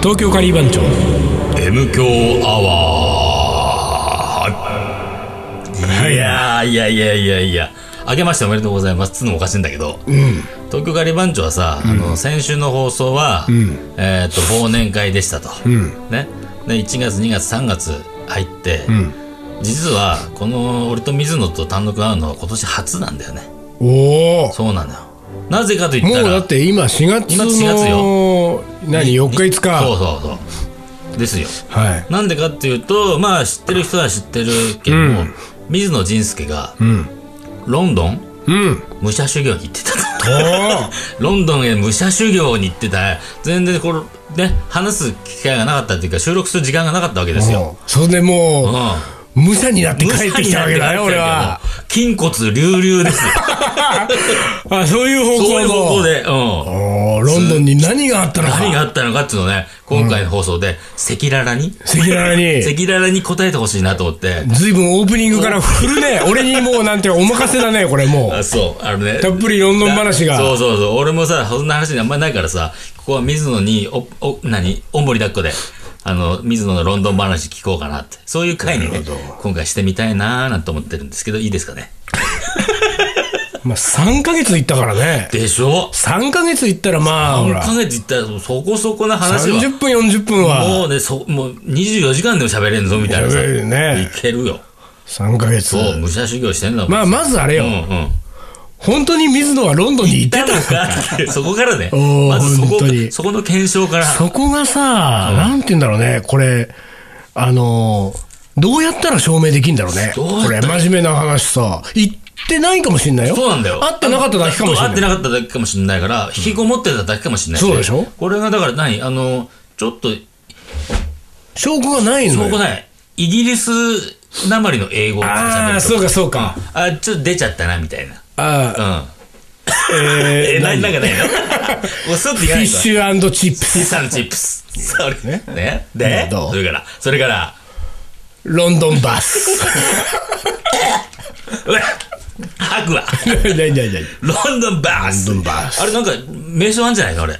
東京カリー番長 M 強アワーいやーいやいやいやいやあけましておめでとうございますつうのもおかしいんだけど、東京ガリ番長はさ、あの先週の放送は、えっと忘年会でしたと、ね、で1月2月3月入って、実はこの俺と水野と単独会うのは今年初なんだよねおおそうなのよなぜかと言っもたうらだって今4月今4月の何4日5日そうそうそうですよはいなんでかっていうとまあ知ってる人は知ってるけども、水野仁介がうんロンドンうん武者修行に行ってたとお ロンドンへ武者修行に行ってた全然これね話す機会がなかったっていうか収録する時間がなかったわけですよ、おそれでうんもう無者になって帰ってきたわけだね俺は筋骨隆々ですよあ そういう方そう向いうの方向で、うん、おーロンドンに何があったのか何があったのかっていうのをね今回の放送で赤裸々に赤裸々に赤裸々に答えてほしいなと思って随分オープニングから振るね俺にもうなんていうかお任せだねこれもあうそうあのねたっぷりロンドン話がそうそうそう俺もさそんな話にあんまりないからさここは水野におお何おんぼり抱っこであの水野のロンドン話聞こうかなってそういう回にね今回してみたいなーなんて思ってるんですけどいいですかねまあ3ヶ月行ったからねでしょ3ヶ月行ったらまあほ3らヶ月いったらそこそこな話は30分40分はもうねそもう24時間でも喋れんぞみたいなさ喋れるねいけるよ3ヶ月そう武者修行してんだもんまあまずあれようん うん本当に水野はロンドンに行ってたのかってそこからね おーまずそこ本当にそこの検証からそこがさなんて言うんだろうねこれあのどうやったら証明できんだろうねどうやっこたられ真面目な話さ行ってないかもしんないよそうなんだよ。会ってなかっただけかもしん会なっいてなかっただけかもしれないから、引きこもってただけかもしれないしそうでしょこれがだから何あの、ちょっと、証拠がないのよ証拠ない。イギリスなまりの英語をああ喋るそうとかそうかか。あ、ちょっと出ちゃったな、みたいな。ああうん。ええ、ーななんかな いのもうすっといかフィなッいと。シュチップスピッサのチップス。それ。ねね。で、どうそれから、それから、ロンドンバス うわ吐 くわ。何何何ロンドンバース。ロンドンバースあれなんか、名称あんじゃないのあれ。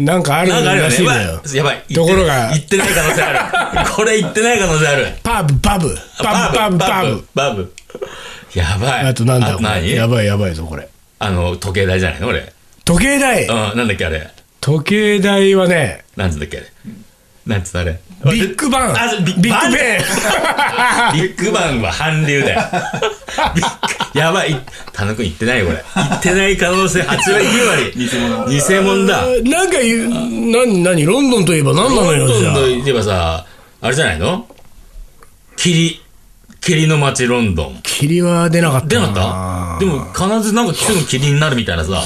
なんかあるなんかあるよらねしい。うわのよやばい。ところが言ってない可能 性ある。これ言ってない可能性ある。パブパブパブパブパブバブ。やばい。あとなんだこれ何やばいやばいぞこれあの、時計台じゃないの俺。時計台うん、なんだっけあれ。時計台はねなんつうんだっけあれ。なんつうのあれ。ビッグバンあそうビビッグ バペン ビッグバンは韓流 だよ。ビッグやばい。田野くん言ってないよこれ。言ってない可能性8割9割。偽物。偽物だ。ンなんか言う何何ロンドンといえば何なのロよンじドゃンあといえばさ、あれじゃないの霧。霧の街ロンドン。霧は出なかった出なかったでも必ずなんか来ても霧になるみたいなさ、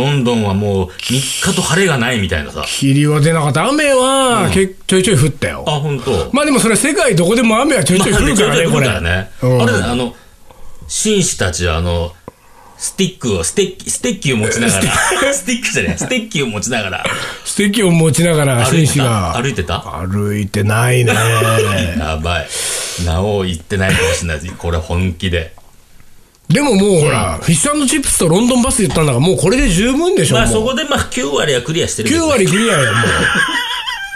ロンドンはもう3日と晴れがないみたいなさ。霧は出なかった雨はけちょいちょい降ったよあ、本当。まあでもそれ世界どこでも雨はちょいちょい降るからねこれあね。あうんれだね、あの、紳士たちはあの、スティックを、ステッキ、ステッキを持ちな がら、スティックじゃねえ、ステッキを持ちながら、ステーキを持ちながら歩紳いて士た。が歩いてた歩いてない ねやばい。なお言ってないかもしれない。これ本気で。でももうほら、フィッシュチップスとロンドンバス言ったんだからもうこれで十分でしょ、まあもうそこでまあ9割はクリアしてるけど。 9割クリアよも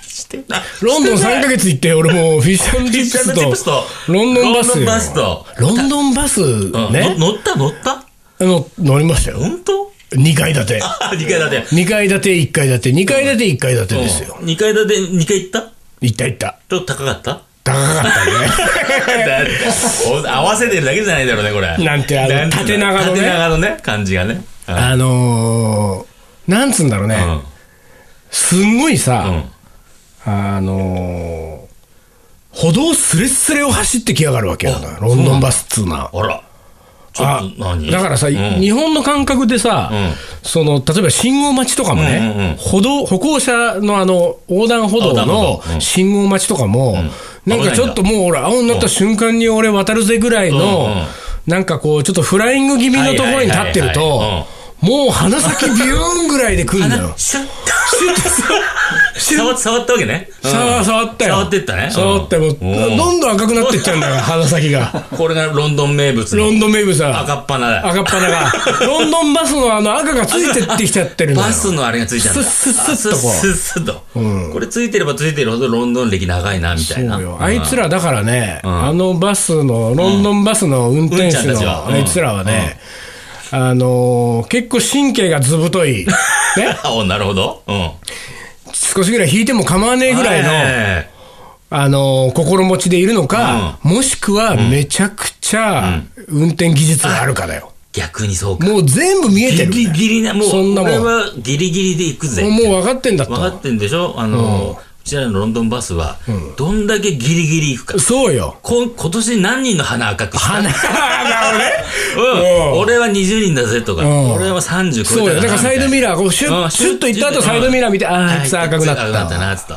してなうロンドン3ヶ月行って俺 もうフィッシュチフィッシュチッッププススととロンドンバスロンドンバスとロンドンバスうんねの乗った乗ったあの乗りましたよ本当2階建てあ、2階建て。 2階建て1階建て2階建て1階建てですよ2階建て、2階行った行った行ったちょっと高かった 高かったねだってお合わせてるだけじゃないだろうね、これ。なんてあのんて縦長のね縦長のね、感じがね。う んあのー、なんつうんだろうね、すんごいさ、うん。うん。あのー歩道すれすれを走ってきやがるわけよあな、ロンドンバスっつうのは。あら。ちょあっと何だからさ、うん日本の感覚でさ、んその例えば信号待ちとかもね、うんうんうん歩道歩行者のあの横断歩道横断の歩道うん信号待ちとかも、なんかちょっともう俺、青になった瞬間に俺、渡るぜぐらいの、うんうんなんかこう、ちょっとフライング気味のところに立ってるはいはいはいとはい、もう鼻先ビューンぐらいで来るんだよ。シュッシュッ触っ触ったわけね。さあ、触ったよ。触ってったね触って、うんもう、うんどんどん赤くなってっちゃうんだから、鼻先が。これがロンドン名物ロのンドン名物は。赤っ鼻 だ。赤っ鼻が。ロンドンバスのあの赤がついてってきちゃってるんだよ。バスのあれがついちゃうんだ。スッスッスッとこうあスッスッスッと。これついてればついてるほどロンドン歴長いな、みたいな。そうよあいつらだからね、んあのバスの、ロンドンバスの運転手うんちゃんたちのはあいつらはね、あのー結構神経がずぶと い、ね、あ おなるほど。うん。少しぐらい引いても構わねえぐらいの、の。あのー心持ちでいるのか、もしくはめちゃくちゃ運転技術があるかだよ。逆にそうか。もう全部見えてギる。リギリな、もう、そんなもん俺はギリギリで行くぜ。もう分分かってんだと。かってんでしょあの、うちらのロンドンバスは、どんだけギリギリ行くか。そうよ。こ今年何人の鼻赤くした鼻なるうん、俺は20人だぜとか、うん俺は30ほどね。そ超うよ。えただからサイドミラー、こうシュうッ、んシュッと行った後シュッサイドミラー見て、ああー、あいつ赤くなった赤くなったな、つと。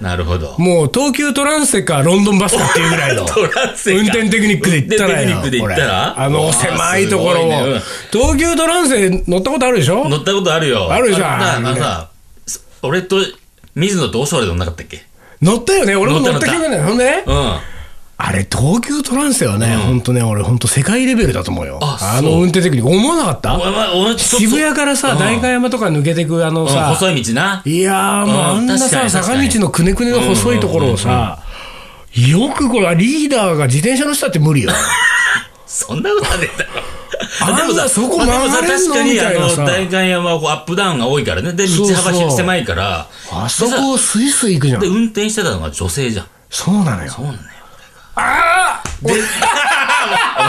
なるほど。もう東急トランセかロンドンバスかっていうぐらいの トランセか運転テクニックで行ったらよ運転テクニックで行ったらこれあの狭いところを、あー東急トランセ乗ったことあるでしょ乗ったことあるよ。あるじゃんあのさ、す俺と水野とオショで乗んなかったっけ乗ったよね俺も乗った記憶ないほんでねうん。あれ東急トランセはね、ほんとね俺ほんと世界レベルだと思うよああの運転テクニック思わなかったおおお渋谷からさうん代官山とか抜けてくあのうんさ、細い道な。いやーもうあんな確さかに確坂かに道のくねくねの細いところをさ、よくこれリーダーが自転車の人だって無 理よそんなことはねえだろ。あんなそこ曲がれんのでもさ確かに、みたあいなの、さ代官山はこうアップダウンが多いからね。で、そう道そう幅狭いから。あそこをスイスイ行くじゃんで、。運転してたのが女性じゃん。そうなのよ。そうなんだよ。ああ思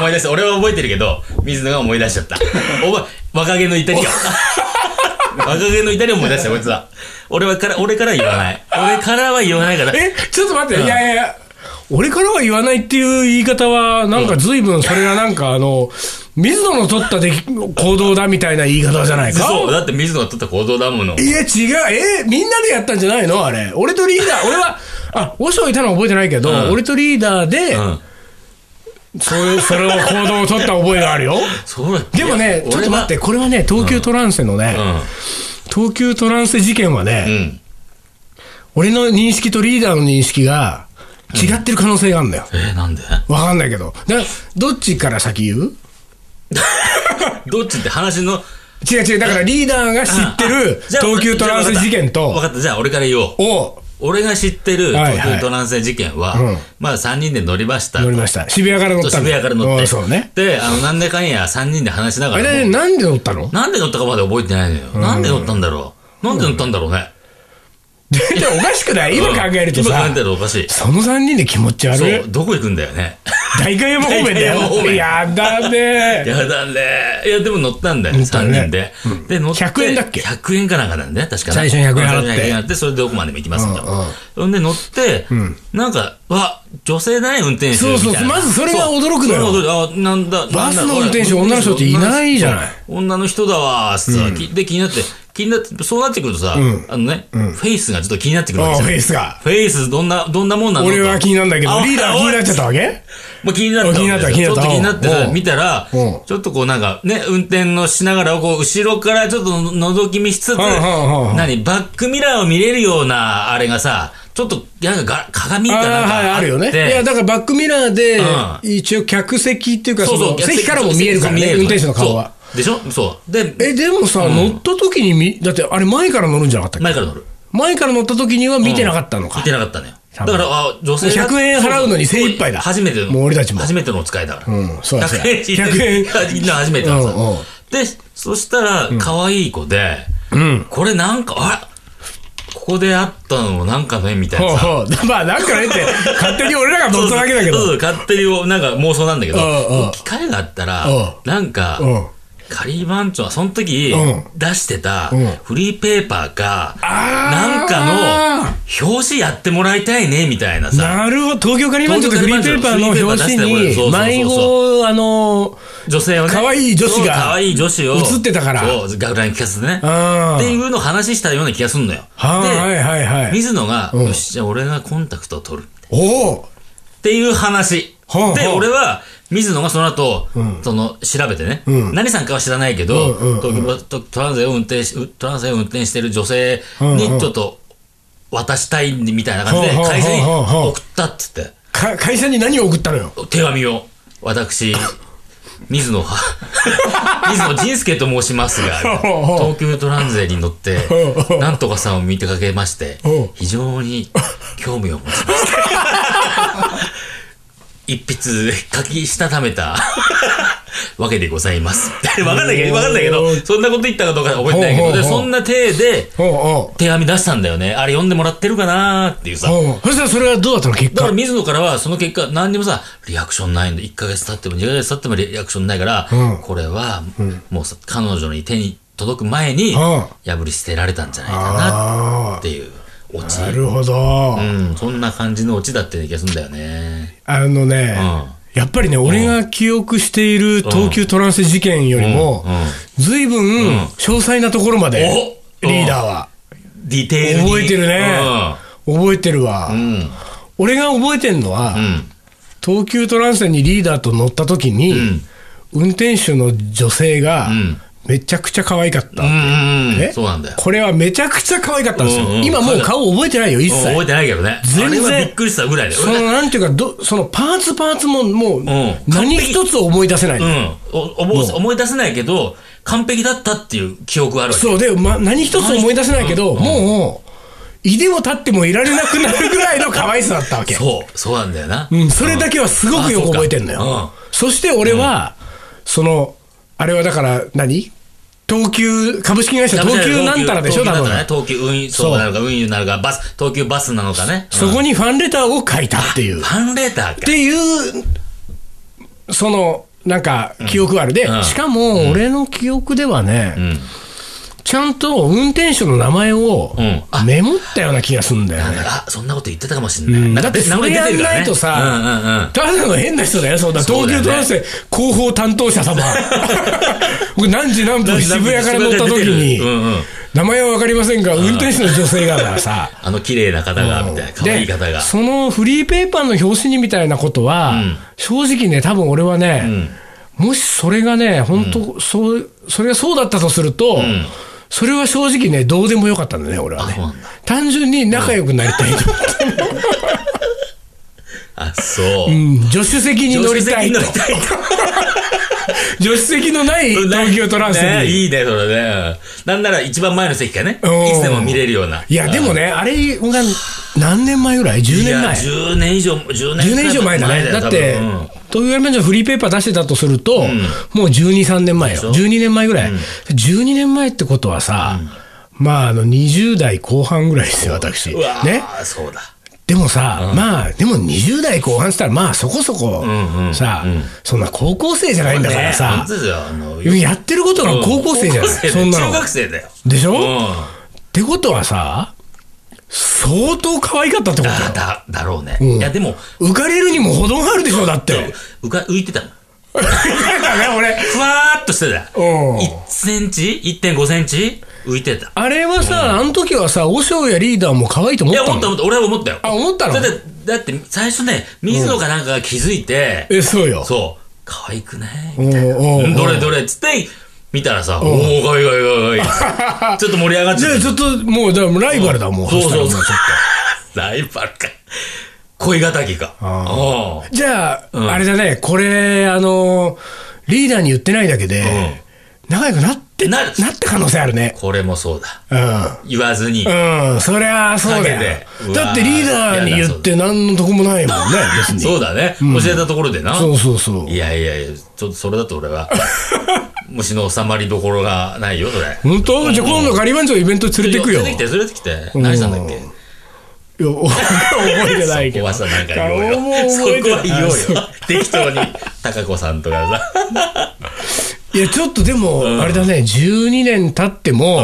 い出した。俺は覚えてるけど、水野が思い出しちゃった。おば、若気の至 りよ。若気の至りを思い出した、こいつは。俺はから、俺からは言わない。俺からは言わないから。え、ちょっと待って、いやいやいや、俺からは言わないっていう言い方は、なんか随分それがなんかあの、 水野の取ったでき行動だみたいな言い方じゃないか。そう、だって水野が取った行動だもの。いや違う、え、みんなでやったんじゃないのあれ。俺とリーダー、俺は、あ、和尚いたのは覚えてないけど、うん俺とリーダーで、うん。そういう、それを行動を取った覚えがあるよ。そうだでもね、ちょっと待って、。これはね、東急トランセのね、いや俺は東急トランセ事件はね、うん。うん。俺の認識とリーダーの認識が違ってる可能性があるんだよ。えー、なんでわかんないけど。だどっちから先言うどっちって話の。違う違う、だからリーダーが知ってるじゃあ東急トランス事件分と、かった、じゃあ俺から言おう。を俺が知ってるはいはい東京トランス事件は、うんまあ3人で乗りました。乗りました。渋谷から乗ったんだ渋谷から乗っうて。んそうね。で、あの、なんでかんや3人で話しなあがられ、も、なんで乗ったのなんで乗ったかまで覚えてないのよ。なんで乗ったんだろう。なんで乗ったんだろうね。でおかしくない今考えると今考さえ、たらおかしい。その3人で気持ち悪そうい。、どこ行くんだよね。大官山方面だ代官山方よ。面やだね。 やだね。いや、でも乗ったんだよ、乗ったね3人で。で、乗って。 100円だっけ ?100 円かなんかなんだよね、確か最ね初に100円払って最初に100円払って、それでどこまでも行きますと。うんうんほんで乗って、なんか、わ、女性だね、運転手。そうそうみたいなまずそれが驚くのよそうそうあ、なんだ、なんだバスの運転手女の人っていないじゃない。女の人だわーっつってさ、きで、気になって、気になって、そうなってくるとさ、あのね、フェイスがちょっと気になってくるわあけあじゃフんェイスが。フェイス、どんな、どんなもんなの俺は気になるんだけど、あリーダー気になっちゃったわけまあ、気になったわけですよあ気になったちょっと気気ににななっったてうさん見たら、うんちょっとこうなんかね、運転のしながら、こう、後ろからちょっと覗き見しつつ、んうんうん何、バックミラーを見れるような、あれがさ、ちょっと、なんかが鏡あかなんかあ、はい、あるよね。いってや、だからバックミラーでうん、一応客席っていうか、そうそそうの、席からも見えるからそうね、そう運転手の顔は。そうでしょそう。で、え、でもさ、乗った時にみ、だってあれ前から乗るんじゃなかったっ前けから乗る。前から乗った時には見てなかったの見か。てなかったのよ。多だ分から、あ、女性100円払うのに精一杯だそうそう初めての。もう俺たちも初めてのお使いだから。うんそうだそうだ100円引いて100円みんな初めてだからさうんうんで、そしたら、可愛い子で、これなんか、あここで会ったのもなんかね、みたいほなうさ。ほう。 まあ、なんかねって、勝手に俺らが乗っただけだけそうど。そう勝手になんか妄想なんだけど、うんうん機会があったらうん、なんかうん、カリー番長はその時う出してたんフリーペーパーか、あーなんかの表紙やってもらいたいね、みたいなさ。なるほど。東京カリマンジョとフリーペーパーの表紙東に、京カリ迷マンジョそうそうそうそう子、あの、女性をね。可愛い女子がそう可愛い女子を。映ってたからそう、学ラン聞かせてね。あーっていうのを話したような気がするのよ。はいで、はいはい。水野が、んよし、じゃあ俺がコンタクトを取る。っおおていう話。ほうほうで、俺は、水野がその後、その、調べてね、うん何さんかは知らないけど、うんうんうん東京バストトランゼを運転し、トランゼを運転してる女性にちょっと渡したいみたいな感じで、ほうほうほうほう会社に送ったっつって、か会社に何を送ったのよ手紙を、 私、水野は、 水野仁介と申しますが、 ほうほう東京トランゼに乗って ほうほ、うなんとかさんを見てかけましてほう、非常に興味を持ちまし た。一筆書きしたためた わけでございます。わかんないけど、わかんないけおど、ーそんなこと言ったかどうか覚えてないけほうど、ほうでほうそんな体でおうおう手紙出したんだよね。あれ読んでもらってるかなーっていうさ。おうおうそしたらそれはどうだったの結だか果ら水野からはその結果何にもさリアクションないの1ヶ月経っても2ヶ月経ってもリアクションないから、うんこれはもうさ彼女に手に届く前にん破り捨てられたんじゃないかなっていうオチなるほど、うんそんな感じのオチだって気がするんだよねあのね、やっぱりね、俺が記憶している東急トランス事件よりもうんうん、随分詳細なところまで、おリーダーは。ディテールに覚えてるね。覚えてるわ。うんうん俺が覚えてんのうは、ん東急トランスにリーダーと乗った時に、ん運転手の女性がん、めちゃくちゃ可愛かった。うんうんねそうなんだよこれはめちゃくちゃ可愛かったんですようんう。ん今もう顔覚えてないよ、一うん覚え切。てないけどね全然あれはびっくりしたぐらいでその、なんていうか、どそのパーツパーツも、もう、ん何一つ思い出せない。うんお思う思い出せないけど完璧だったっていう記憶があるわけそうで、ま、何一つ思い出せないけど、もう、いでも立ってもいられなくなるぐらいの可愛さだったわけ。そう、そうなんだよな。うん、それだけはすごくよく覚えてんのよ。あそして俺は、その、あれはだから何、東急、株式会社東急なんたらでしょ、東多分。急なんたらね東急運輸、そうなのか、運輸なのか、バス、東急バスなのかね。そこにファンレターを書いたっていう。フっァンレターか。ていう、その、なんか、記憶あるで、うんしかも、俺の記憶ではね、うん。ちゃんと運転手の名前をうんあメモったような気がするんだよね。あ、そんなこと言ってたかもしれない。なんだかってそれやんないとさ、うんうんうん。ただの変な人だよ、そんな。そう東だ急トラよねンスで広報担当者 様。僕何時何分渋谷から乗った時に、うんうん。名前はわかりませんが、運転手の女性がださ。あの綺麗な方が、みたいな、可愛い方でが。そのフリーペーパーの表紙にみたいなことは、ん正直ね、多分俺はね、もしそれがね、本当、そう、それがそうだったとすると、それは正直ね、どうでもよかったんだね、俺はねそうなんだ。単純に仲良くなりたいと思って、あ、そう。うん助手席に乗りたいと助。手席に乗りたいと。助手席のない東急トランスねに。いいね、それね。なんなら一番前の席かね。いうんつでも見れるような。いや、でもね、あれが何年前ぐらい ?10 い年や、前。 10年以上、10 10年以上前だね。だって多分うん、東京ガリバンジョフリーペーパー出してたとすると、もう12、3年前よ。12年前ぐらい。12年前ってことはさ、まあ、あの、20代後半ぐらいですよ、私。うわね。ーそうだ。でもさ、まあ、でも20代後半って言ったら、まあ、そこそこんう、んさ、そんな高校生じゃないんだからねさ本当、ですよ。あのやってることが高校生じゃない、高校生そんな中の。学生だよ。でしょ、うん。ってことはさ、相当可愛かったってことだ、よ。だ、だろうね。んいや、でも、浮かれるにも程があるでしょ、だ って。浮か、浮いてたもん。なんかね、俺。ふわーっとしてた。うん1センチ ?1.5 センチ浮いてた。あれはさ、あの時はさ、和尚やリーダーも可愛いと思いっや、たの思った思った。俺は思ったよ。あ思ったのだって、だって、最初ね、水野かなんかが気づいて、え、そうよ。そう、可愛くないおうおうおうどれどれっつって、見たらさ、おー、可愛い可愛い可愛い可 愛い。ちょっと盛り上がっちじゃっゃあてちょっと、もう、だからライバルだ、もう。そうそうそうしたらも ライバルか。恋敵か。あうちょっとじゃあ、うんあれだね、これ、あの、リーダーに言ってないだけで、仲良くなって、ななっるた可能性あるね。これもそうだ。うん。言わずに。うん、そりゃあそうだよ陰。でだってリーダーに言って何のとこもないもんね、別に。そうだね。教えたところでな。そうそうそう。いやいやいや、ちょっとそれだと 俺は、虫の収まりどころがないよ、それ。本当じゃあ今度ガリバンジョのイベント連れてくよ。連れてきて、連れてきて。何したんだっけいや お覚えてないけおど。ばさんなんか言おうよ顔も。そ覚えこては言おなういよ。適当に、高子さんとかさ。いや、ちょっとでも、あれだね、12年経っても、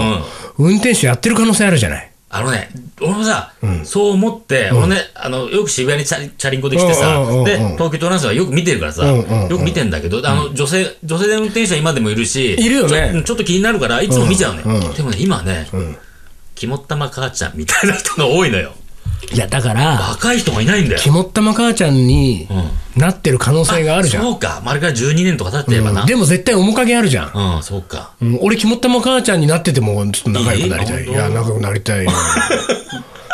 運転手やってる可能性あるじゃない。あのね、俺もさ、そう思って、俺ね、あの、よく渋谷にチャリチャリンコで来てさうんうんうんう、んで、東京トランスはよく見てるからさ、うんうんうんよく見てんだけど、あの、女性、女性で運転手は今でもいるし、いるよねちょちょっと気になるから、いつも見ちゃうのうんよ。でもね、今ね、肝っ玉母ちゃんみたいな人が多いのよ。いや、だから、若い人がいないんだよ。肝っ玉母ちゃんになってる可能性があるじゃん。そうか。まああれから12年とか経ってればな。うんでも絶対面影あるじゃん。うん、そうか。うん、俺、肝っ玉母ちゃんになってても、ちょっと仲良くなりたい。いいいや、仲良くなりたいよ。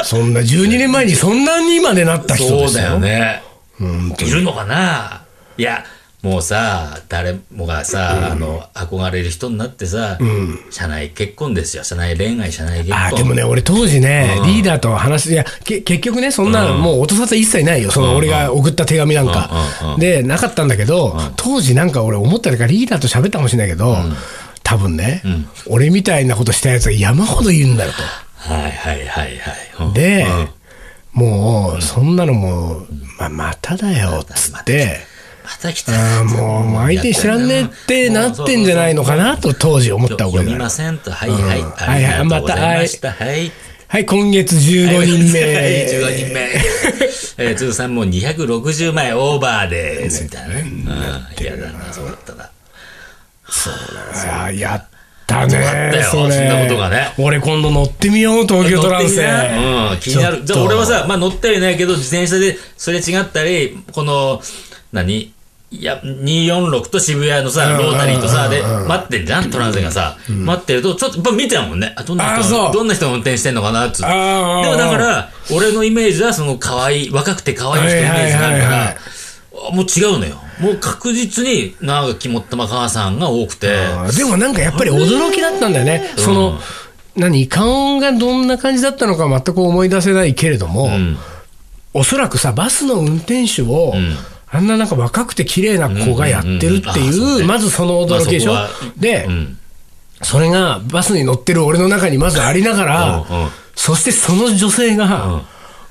そんな、12年前にそんなにまでなった人でそうすよ。だよね。うん。いるのかないや、もうさ、誰もがさ、あの、憧れる人になってさ、社内結婚ですよ。社内恋愛、社内結婚。あーでもね、俺当時ね、リーダーと話し、いや、け結局ね、そんな、もう音沙汰一切ないよ。その俺が送った手紙なんうんうんかう。んで、なかったんだけど、当時なんか俺思ったよりかリーダーと喋ったかもしれないけど、多分ね、俺みたいなことしたやつが山ほどいるんだよはいはいはいはい。うんと。でうん、もう、そんなのもう、まあ、まただよ、つって、また来た。あーもう、もう相手知らんねえってなってんじゃないのかなと当時思った読俺みがま。せんと、はいはい。うんありがとうございました。はい。はい、今月15人目。はい15人目。えー、通算もう260枚オーバーです。みたいなね。うん。嫌だな、そうだったな。あーやったねったよそれそんなことがね俺今度乗ってみよう東京トランス乗ってみなうん、気になる。ちでょっと俺はさ、まあ乗ったりないけど、自転車ですれ違ったり、この、何いや、246と渋谷のさ、ロータリーとさ、で、待ってんじゃんトランゼがさ、待ってると、ちょっと、やっぱ見ちゃうもんね。あ、どんなあそ人、うどんな人が運転してんのかな、つって。であーもだから、俺のイメージは、その、可愛い、若くて可愛い人のイメージがあるかはいはいはいら、あもう違うのよ。もう確実に、なんか、肝っ玉母さんが多くて、あーでもなんかやっぱり驚きだったんだよねその、何顔がどんな感じだったのか全く思い出せないけれども、うん。おそらくさバスの運転手を、んあんななんか若くて綺麗な子がやってるってうんうんうんあーいそうう、ねまずその驚きでしょ、まあそこはで、うん。それがバスに乗ってる俺の中にまずありながら、うんうんそしてその女性が、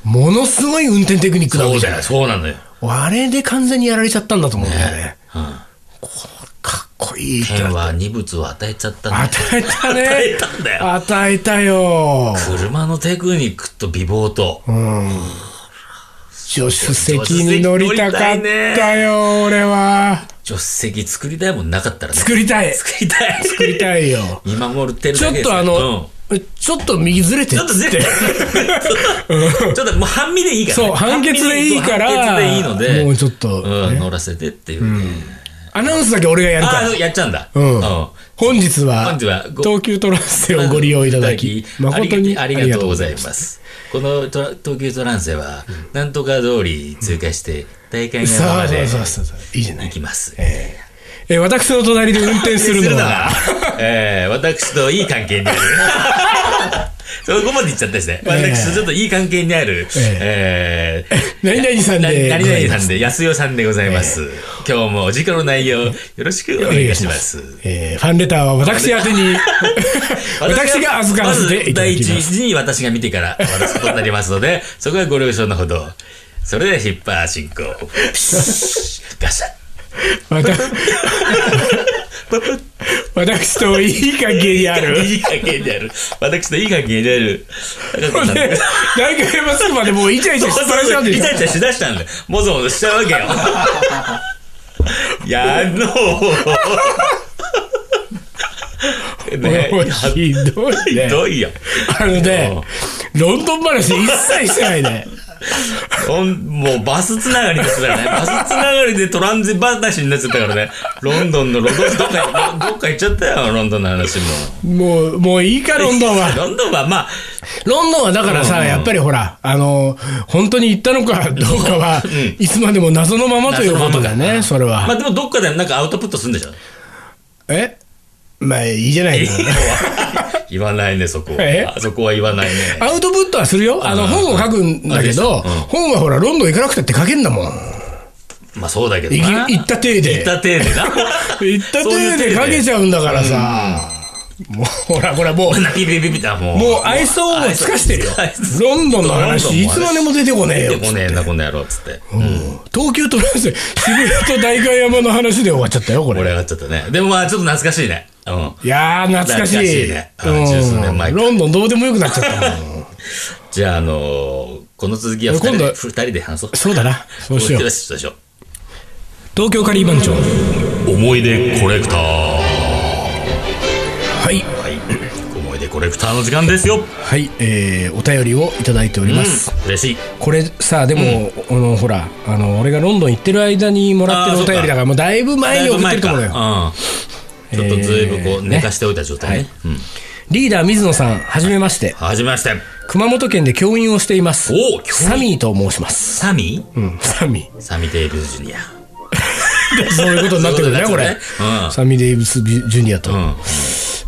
ものすごい運転テクニックなわそけうじゃなだいよ、そうなのよ。あれで完全にやられちゃったんだと思うんだよね。うん。かっこいいって天は二物を与えちゃったんだよ与えたね。与えたんだよ与えたよ。車のテクニックと美貌と、助手席に乗りたかったよ、俺は。助手席作りたいもんなかったらね。作りたい。作りたい。作りたい よ。見守ってるちだょけっですとよあうんの、ちょっと右ずれてちょっと絶対、ちょっともう半身でいいからね、そう、半決でいいから、半決でいいので、もうちょっと、うん、ね乗らせてっていうね。アナウンスだけ俺がやるかあらあ、。やっちゃうんだ。うんうん本日は、本日はご東急トランスをご利用いただき、あり誠にがありがとうございます。このトラ東急トランセは、なんとか通り通過して、大会そ山まうそでう行そうそうそう。いいじゃない。きます。えー私の隣で運転するのは、 えー私といい関係に ある。そこまで言っちゃったですね。私とちょっといい関係にある、えー何々さんでなござい何ます々さんで、安代さんでございます。今日もお時間の内容、よろしくお願いします。えーファンレターは私宛てに、 私が預からせていただきます。まず第一に私が見てから渡すことになります ので、そこはご了承のほど。それではヒッパー進行。ピシッガシャッ。また 私といい関係にある。いい関係である。私のいい関係である。高子さんでで大学山つくまでもうイチャイチャしっぱなしなんでイしょチャイチャしだしたんだよ。もぞもぞしちゃうわ けよ。やのう。ねもうひどいひね。どいよ。あのね、ロンドン話一切してないね。ほんもうバスつながりですからね。バスつながりでトランジット話になっちゃったからね。ロンドンのロンドン、どっか、どっか行っちゃったよ、ロンドンの話も。もう、もういいか、ロンドンは。ロンドンはまあ、ロンドンはだからさ、やっぱりほら、あの、本当に行ったのかどうかは、いつまでも謎のままということだね、それは。まあでもどっかでなんかアウトプットするんでし ょえまあいいじゃないか。 言わないね、そこえは。あそこは言わないね。アウトプットはするよ。あの、うん本を書くんだけど、あいいです本はほら、ロンドン行かなくたって書けんだもん。まあそうだけどいな。行った体で行った体でな。行った手で書けちゃゃうんだからさ。もう、ほら、これはもうう。、な、ピピピピだ、もう。もう愛想を尽かしてるよ愛想。ロンドンの話、いつまでも出てこねえよ出。てこねえな、この野郎、つって。東急トランス、渋谷と代官山の話で終わっちゃったよ、こ盛りれ。上がっちゃったね。でもまあちょっと懐かしいね。うん。いやー、懐かしい。懐かしいねうん十数年前うんかロンドンどうでもよくなっちゃったもん。じゃあ、あのーこの続きは二人今度では二人で話そ う。そうだな。そうしようよ。し、そうしよ 東京カリー番長。う。思い出コレクター。はい。はい。思い出ーコレクターの時間ですよ。はい、えー、お便りをいただいております、うん、嬉しい。これさでも、あのほらあの俺がロンドン行ってる間にもらってるお便りだからもうだいぶ前に送ってると思うのよだいぶ前かうん。ちょっとずいぶんこえーう寝かしておいた状態ね。うん。リーダー水野さんはじめましてはじめまして。熊本県で教員をしていますおー教員サミーと申します、サミうん、サミサミテーブスジュニア。ー そういうことになってくるねそうこいうれことになっサミー・デイブス・ジュニアと、うん。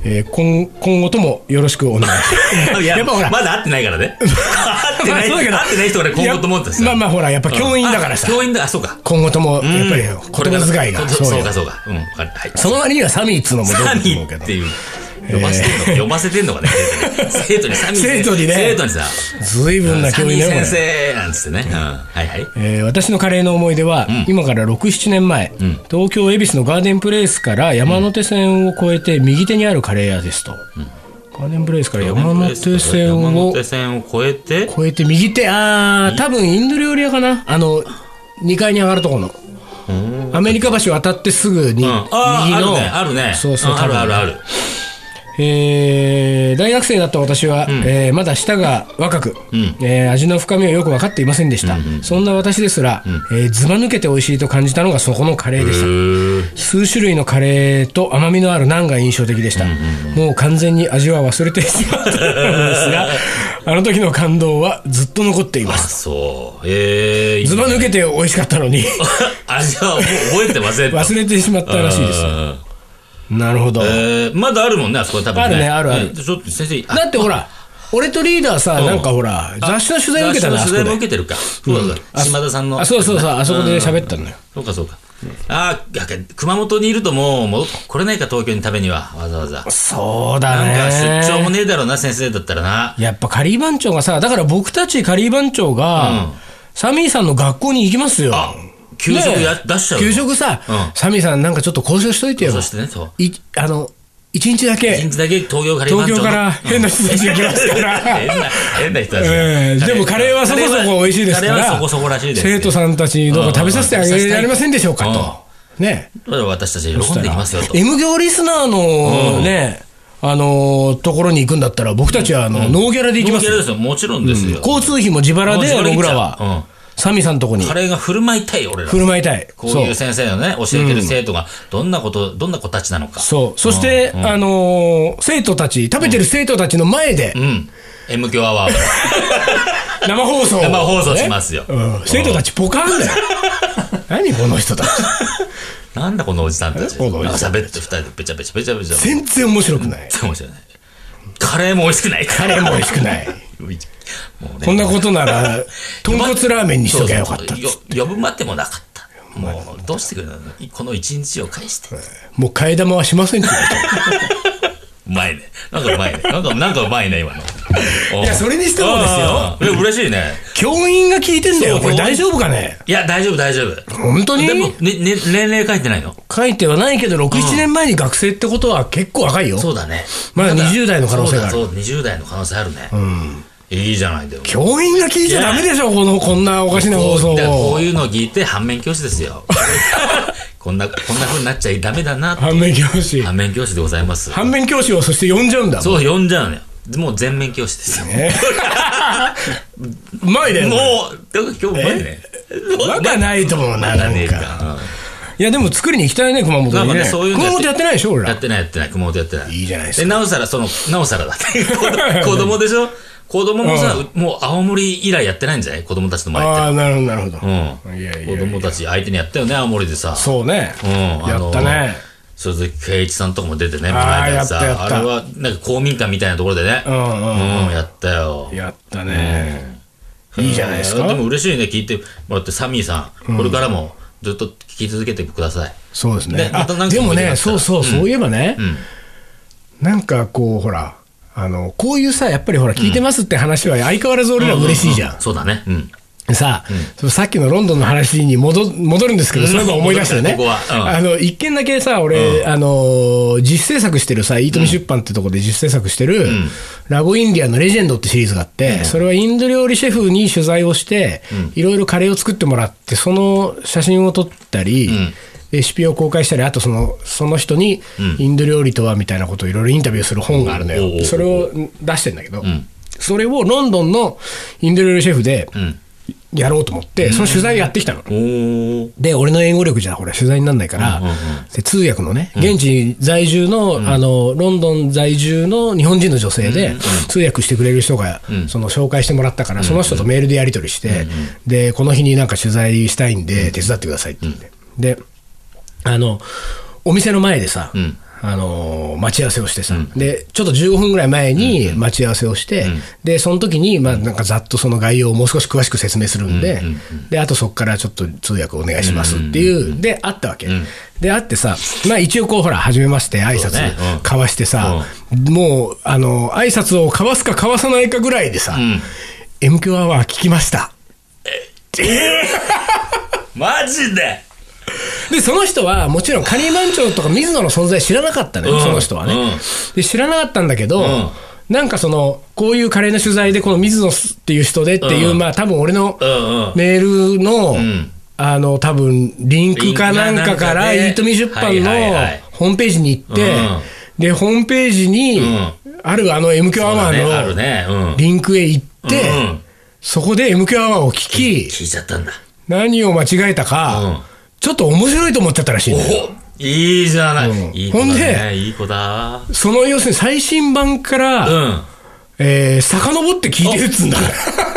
えー今今後ともよろしく お願いしますいややっぱほらまだ会ってないか らね。会ってまなあい、そうだけど会ってない人俺今後と思ってたしまあまあほらやっぱ教員だからさ、あ教員だ、あ、そうか。今後ともやっぱり言これ葉遣いがそうよそうか、そうか。うん、わかるはい。その割にはサミーっつうのもどうサかミと思うけーどっていう。呼ばせてんのか、呼ばせてんのかね。生徒にサミー生徒にね生徒にさ。ずいぶんなサ教ミ員ーねこれ先生なんつってね。うん。はいはい。えー私のカレーの思い出は、今から67年前、東京恵比寿のガーデンプレイスから山手線を越えて右手にあるカレー屋ですと、ガーデンプレイスから山手線を山手線を越えて、越えて右手あー多分インド料理屋かなあの2階に上がるところのアメリカ橋渡ってすぐに、うん。ああ、右あるのね、あるね。そうそうんあるあ多分るある。えー大学生だった私は、えーまだ舌が若く、えー味の深みをよく分かっていませんでした、そんな私ですら、えーずば抜けて美味しいと感じたのがそこのカレーでした、うー数種類のカレーと甘みのあるナンが印象的でした、もう完全に味は忘れてしまったのです があの時の感動はずっと残っていまあ、すそう。えー。ず ば抜けて美味しかったのに味はもう覚えてませんと。忘れてしまったらしいですうんなるほど、えーまだあるもんね、あそこ多分ね。あるねあるあるうんちょっと先生、あだってほら俺とリーダーさ、なんかほら雑誌の取材受けたなあ雑誌そこの取材もで受けてるか。そうだ、あ島田さんの。あそうそうそうあそこで喋ったのよ、そうかそうか。ああ、いや熊本にいるともう戻ってこれないか、東京に食べには、わざわざ。そうだなんねか出張もねえだろうな、先生だったらな。やっぱカリー番長がさだから僕たちカリー番長が、うんサミーさんの学校に行きますよあ給食やねえ出しちゃうの給食さ、うんサミーさんなんかちょっと交渉しといてよそしてね、そう。いあの一日だけ一日だけ東京カレー番東長京のから変な人たちが来ますか 変なら、変な人たちがええでもカレーはそこそこ美味しいですからカレーはそこそこらしいです。生徒さんたちにどうか食べさせてあげられませんでしょうかうんと、ねそれは私たち喜んでいきますよと。 M 行リスナーのね、あのところに行くんだったら僕たちはあの、ノーギャラで行きます東京よですよ、もちろんですよ。交通費も自腹もうで自腹で僕ら行っはちゃサミーさんのとこにカレーが振る舞いたい、俺ら。振る舞いたいこういうそう先生のね、教えてる生徒が、どんなこと、どんな子たちなのか。そうそして、あのー生徒たち食べてる生徒たちの前でうん。M 強アワーを生放送を、生放送しますようん生徒たちポカンだ よ何この人たちなんだこのおじさんたち。このおじさん喋って二人でべちゃべちゃべちゃべちゃ。全全然面白くない然面白い。カレーも美味しくない。カカレーも美味しくないもうねこんなことな ら豚骨ラーメンにしときゃよかったっつそうそうよ呼ぶまでもなかった。もう、どうしてくれるのこの一日を返して。もう替え玉はしませんけどうまいね。なんかうま いね。なんか、なんかうまいね、今の。いやそれにしてもですよですよ。嬉しいね。教員が聞いてんだよそうこれ大丈夫かねいや、大丈夫、大丈夫。本当にでも、ね、ね、年齢書いてないの書いてはないけど67年前に学生ってことは結構若いよそうだね。まだ20代の可能性があるそうだ、そう、20代の可能性あるね。うん。いいじゃない、でも。教員が聞いちゃダメでしょこのこんなおかしな放送こうだからこをういうのを聞いて反面教師ですよ。 こんな、こんな風になっちゃダメだなって。反面教師反面教師でございます。反面教師をそして呼んじゃうんだそう、呼んじゃうのよ。もう全面教師ですよ。うまいねもう、だから今日うまいね。バカないと思うなまなだねんえかか。いやでも作りに行きたいね熊本なんにかねね、そういうの熊本やってないでしょ俺やらってない、やってない。熊本やってない。いいじゃないですかで、なおさら、その、 なおさらだって。 子供でしょ子供もさ、もう青森以来やってないんじゃない子供たちの前って。ああなるほどなるほどういやいやん。い子や供たち相手にやったよね、青森でさ。そうねうん。あやのったね。鈴木圭一さんとかも出てね、このあー間さやったやったあれは、なんか公民館みたいなところでね。。うんうんやったよ。やったねいいじゃないですかでも嬉しいね、聞いてもらって、サミーさん、これからもずっと聞き続けてください。そうですでねまたなあんかでも思い出ねしたそうそうそういえばねなんかこうほらあのこういうさやっぱりほら聞いてますって話は相変わらず俺ら嬉しいじゃんそうだね。うん。でさ、そのさっきのロンドンの話に戻戻るんですけど、うんそういえば思い出したね。戻ってきたここはあの、一件だけさ、俺、あのー、自主制作してるさ、イートミ出版ってとこで自主制作してる、ラゴインディアンのレジェンドってシリーズがあって、それはインド料理シェフに取材をして、いろいろカレーを作ってもらって、その写真を撮ったり、レシピを公開したり、あとそのその人に、インド料理とはみたいなことをいろいろインタビューする本があるのおうおうおうよ。それを出してんだけど、それをロンドンのインド料理シェフでんやろうと思って、その取材やってきたの。おーで、俺の英語力じゃ、ほら、取材にならないから、で通訳のね、現地在住の、あの、ロンドン在住の日本人の女性で、通訳してくれる人が、その、紹介してもらったから、その人とメールでやり取りして、で、この日になんか取材したいんで、手伝ってくださいって言って。で、あの、お店の前でさ、んあのー待ち合わせをしてさ、でちょっと15分ぐらい前に待ち合わせをして、でその時にまあなんかざっとその概要をもう少し詳しく説明するんで、であとそこからちょっと通訳お願いしますっていう、で会ったわけ、で会ってさ、まあ、一応こうほら初めまして挨そう拶ねうん交わしてさ、もうあの挨拶を交わすか交わさないかぐらいでさ「M 響アワー聞きました」マジでで、その人は、もちろん、カニーマンチョとか水野の存在知らなかったのよ、うんその人はね、うんで、知らなかったんだけど、んなんかその、こういうカレーの取材で、この水野っていう人でっていう、うんまあ、多分俺のうんうんメールの、んあの、多分リンクかなんかから、リンクかなんかでイートミ出版のはいはいはいホームページに行って、うんで、ホームページにん、あるあの MQ アワそうだねあーるのねうんリンクへ行って、うんそこで MQ アワーを聞き、聞いちゃったんだ何を間違えたか、うんちょっと面白いと思っちゃったらしいんだよおいいじゃない、うんいい子だほんねでいい子だその要するに最新版から、うんえー、遡って聞いてるっつうんだか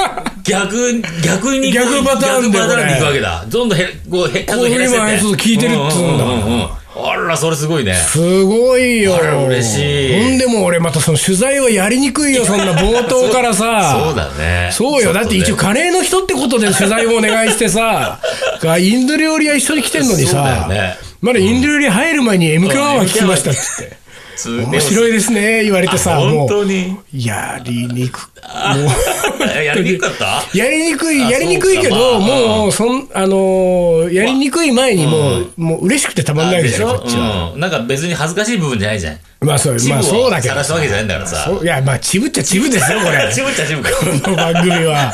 ら。逆逆に逆パターンで逆パターンに行くこわれけだどんどんへこうへ数こう減らしてって今そう聞いてるっつうんだからううんあらそれすごいねすごいよ。あら嬉しいほんでも俺またその取材はやりにくい よ、そんな冒頭からさ。そうだねそうよ。だって一応カレーの人ってことで取材をお願いして さ、がインド料理屋一緒に来てんのにさ、そうだよねまだインド料理屋入る前に MQ アワー聞きましたっつって。面面白いいですね、言われてさ、もう。本当にやりにくもうやりにくかったやりにくい、あやりにくいけそうど、かまあもう、そん、あのーやりにくい前にもう、もう嬉しくてたまんないわけでじしゃん、ょこっちは。うんなんか別に恥ずかしい部分じゃないじゃんまあそう、チブまあそうをだけど晒。すわけじゃないんだからさそういや、まあ、チブっちゃチブですよ、これ 。チブっちゃチブかこの番組は。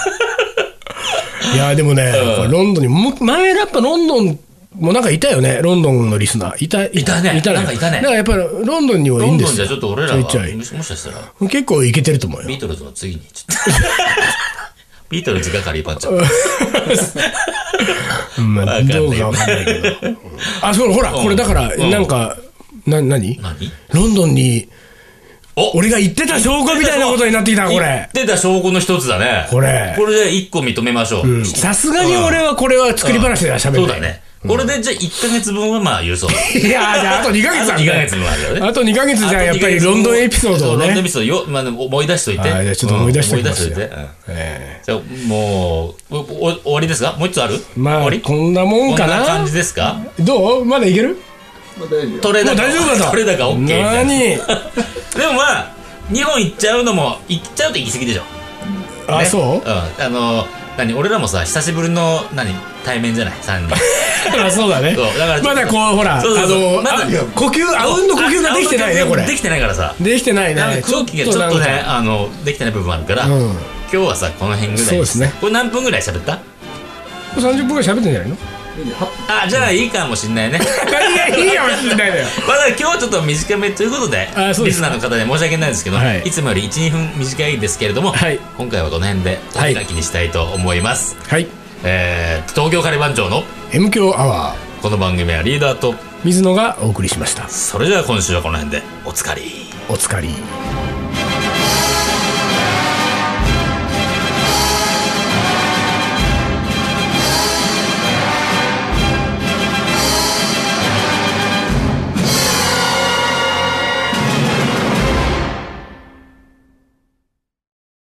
いや、でもね、これロンドンに、も前やっぱロンドン、もなんかいたよね、ロンドンのリスナー。いた、いいたねいたなんかいたねだからやっぱりロンドンにはいいロんンでドンすじゃよ。ちょっと俺らちはょいちょいもしもしかしたら結構いけてると思うよ。ビートルズの次にちょっとビートルズがカリーパンチョまわかあ、んないどうかわかんないけど。あ、そう、ほら、これだから、うんなんか、な、なに何ロンドンに、お俺が言ってた証拠みたいなことになってきた、こ言れっ。てた証拠の一つだね。これこれで一個認めましょう。うんさすがに俺はこれは作り話では喋そるうだ。ね。これでじゃあ1ヶ月分はまあ許そう。いやーじゃああと2ヶ月ああとる2ねヶ月分あるよね。あと2ヶ月じゃあやっぱりロンドンエピソードをそうロンドンエね。ピソードよ、まあ、でも思い出しといて。はいじゃあちょっと思い出しときますようん思い出しといてうんえじゃあもう、おお終わりですかもう一つある終まわあり、こんなもんかこんなな感。じですかどうまだいける取れもう高。大丈夫だぞ。取れ高 OK みたい な。何でもまあ、日本行っちゃうのも、行っちゃうと行き過ぎでしょ。あ、ねそん。あの、何俺らもさ、久しぶりの、何対面じゃない ?3 人。うあ、そうだねそうだから。ちょまっとだこう、ほら、あそうそうそうの、まだあ呼吸、あうんの呼吸ができてないね、これ。できてないからさ。できてないねなんか空気がちょっとなんね、かあの、できてない部分もあるから、うん今日はさ、この辺ぐらいにそうですねこれ何分ぐらい喋った30分ぐらい喋ってんじゃないのあ、じゃあいいかもしん ないね。いやいいかもしれないだよまあだから今日はちょっと短めということであ、そうリでスすナーの方で申し訳ないですけど、はいい、つもより1、2分短いですけれども、はい今回はこの辺でおはい開きにしたいと思います。はいえー、東京カレー番長の M 強アワーこの番組はリーダーと、水野がお送りしましたそれでは今週はこの辺でおつかり。おつかり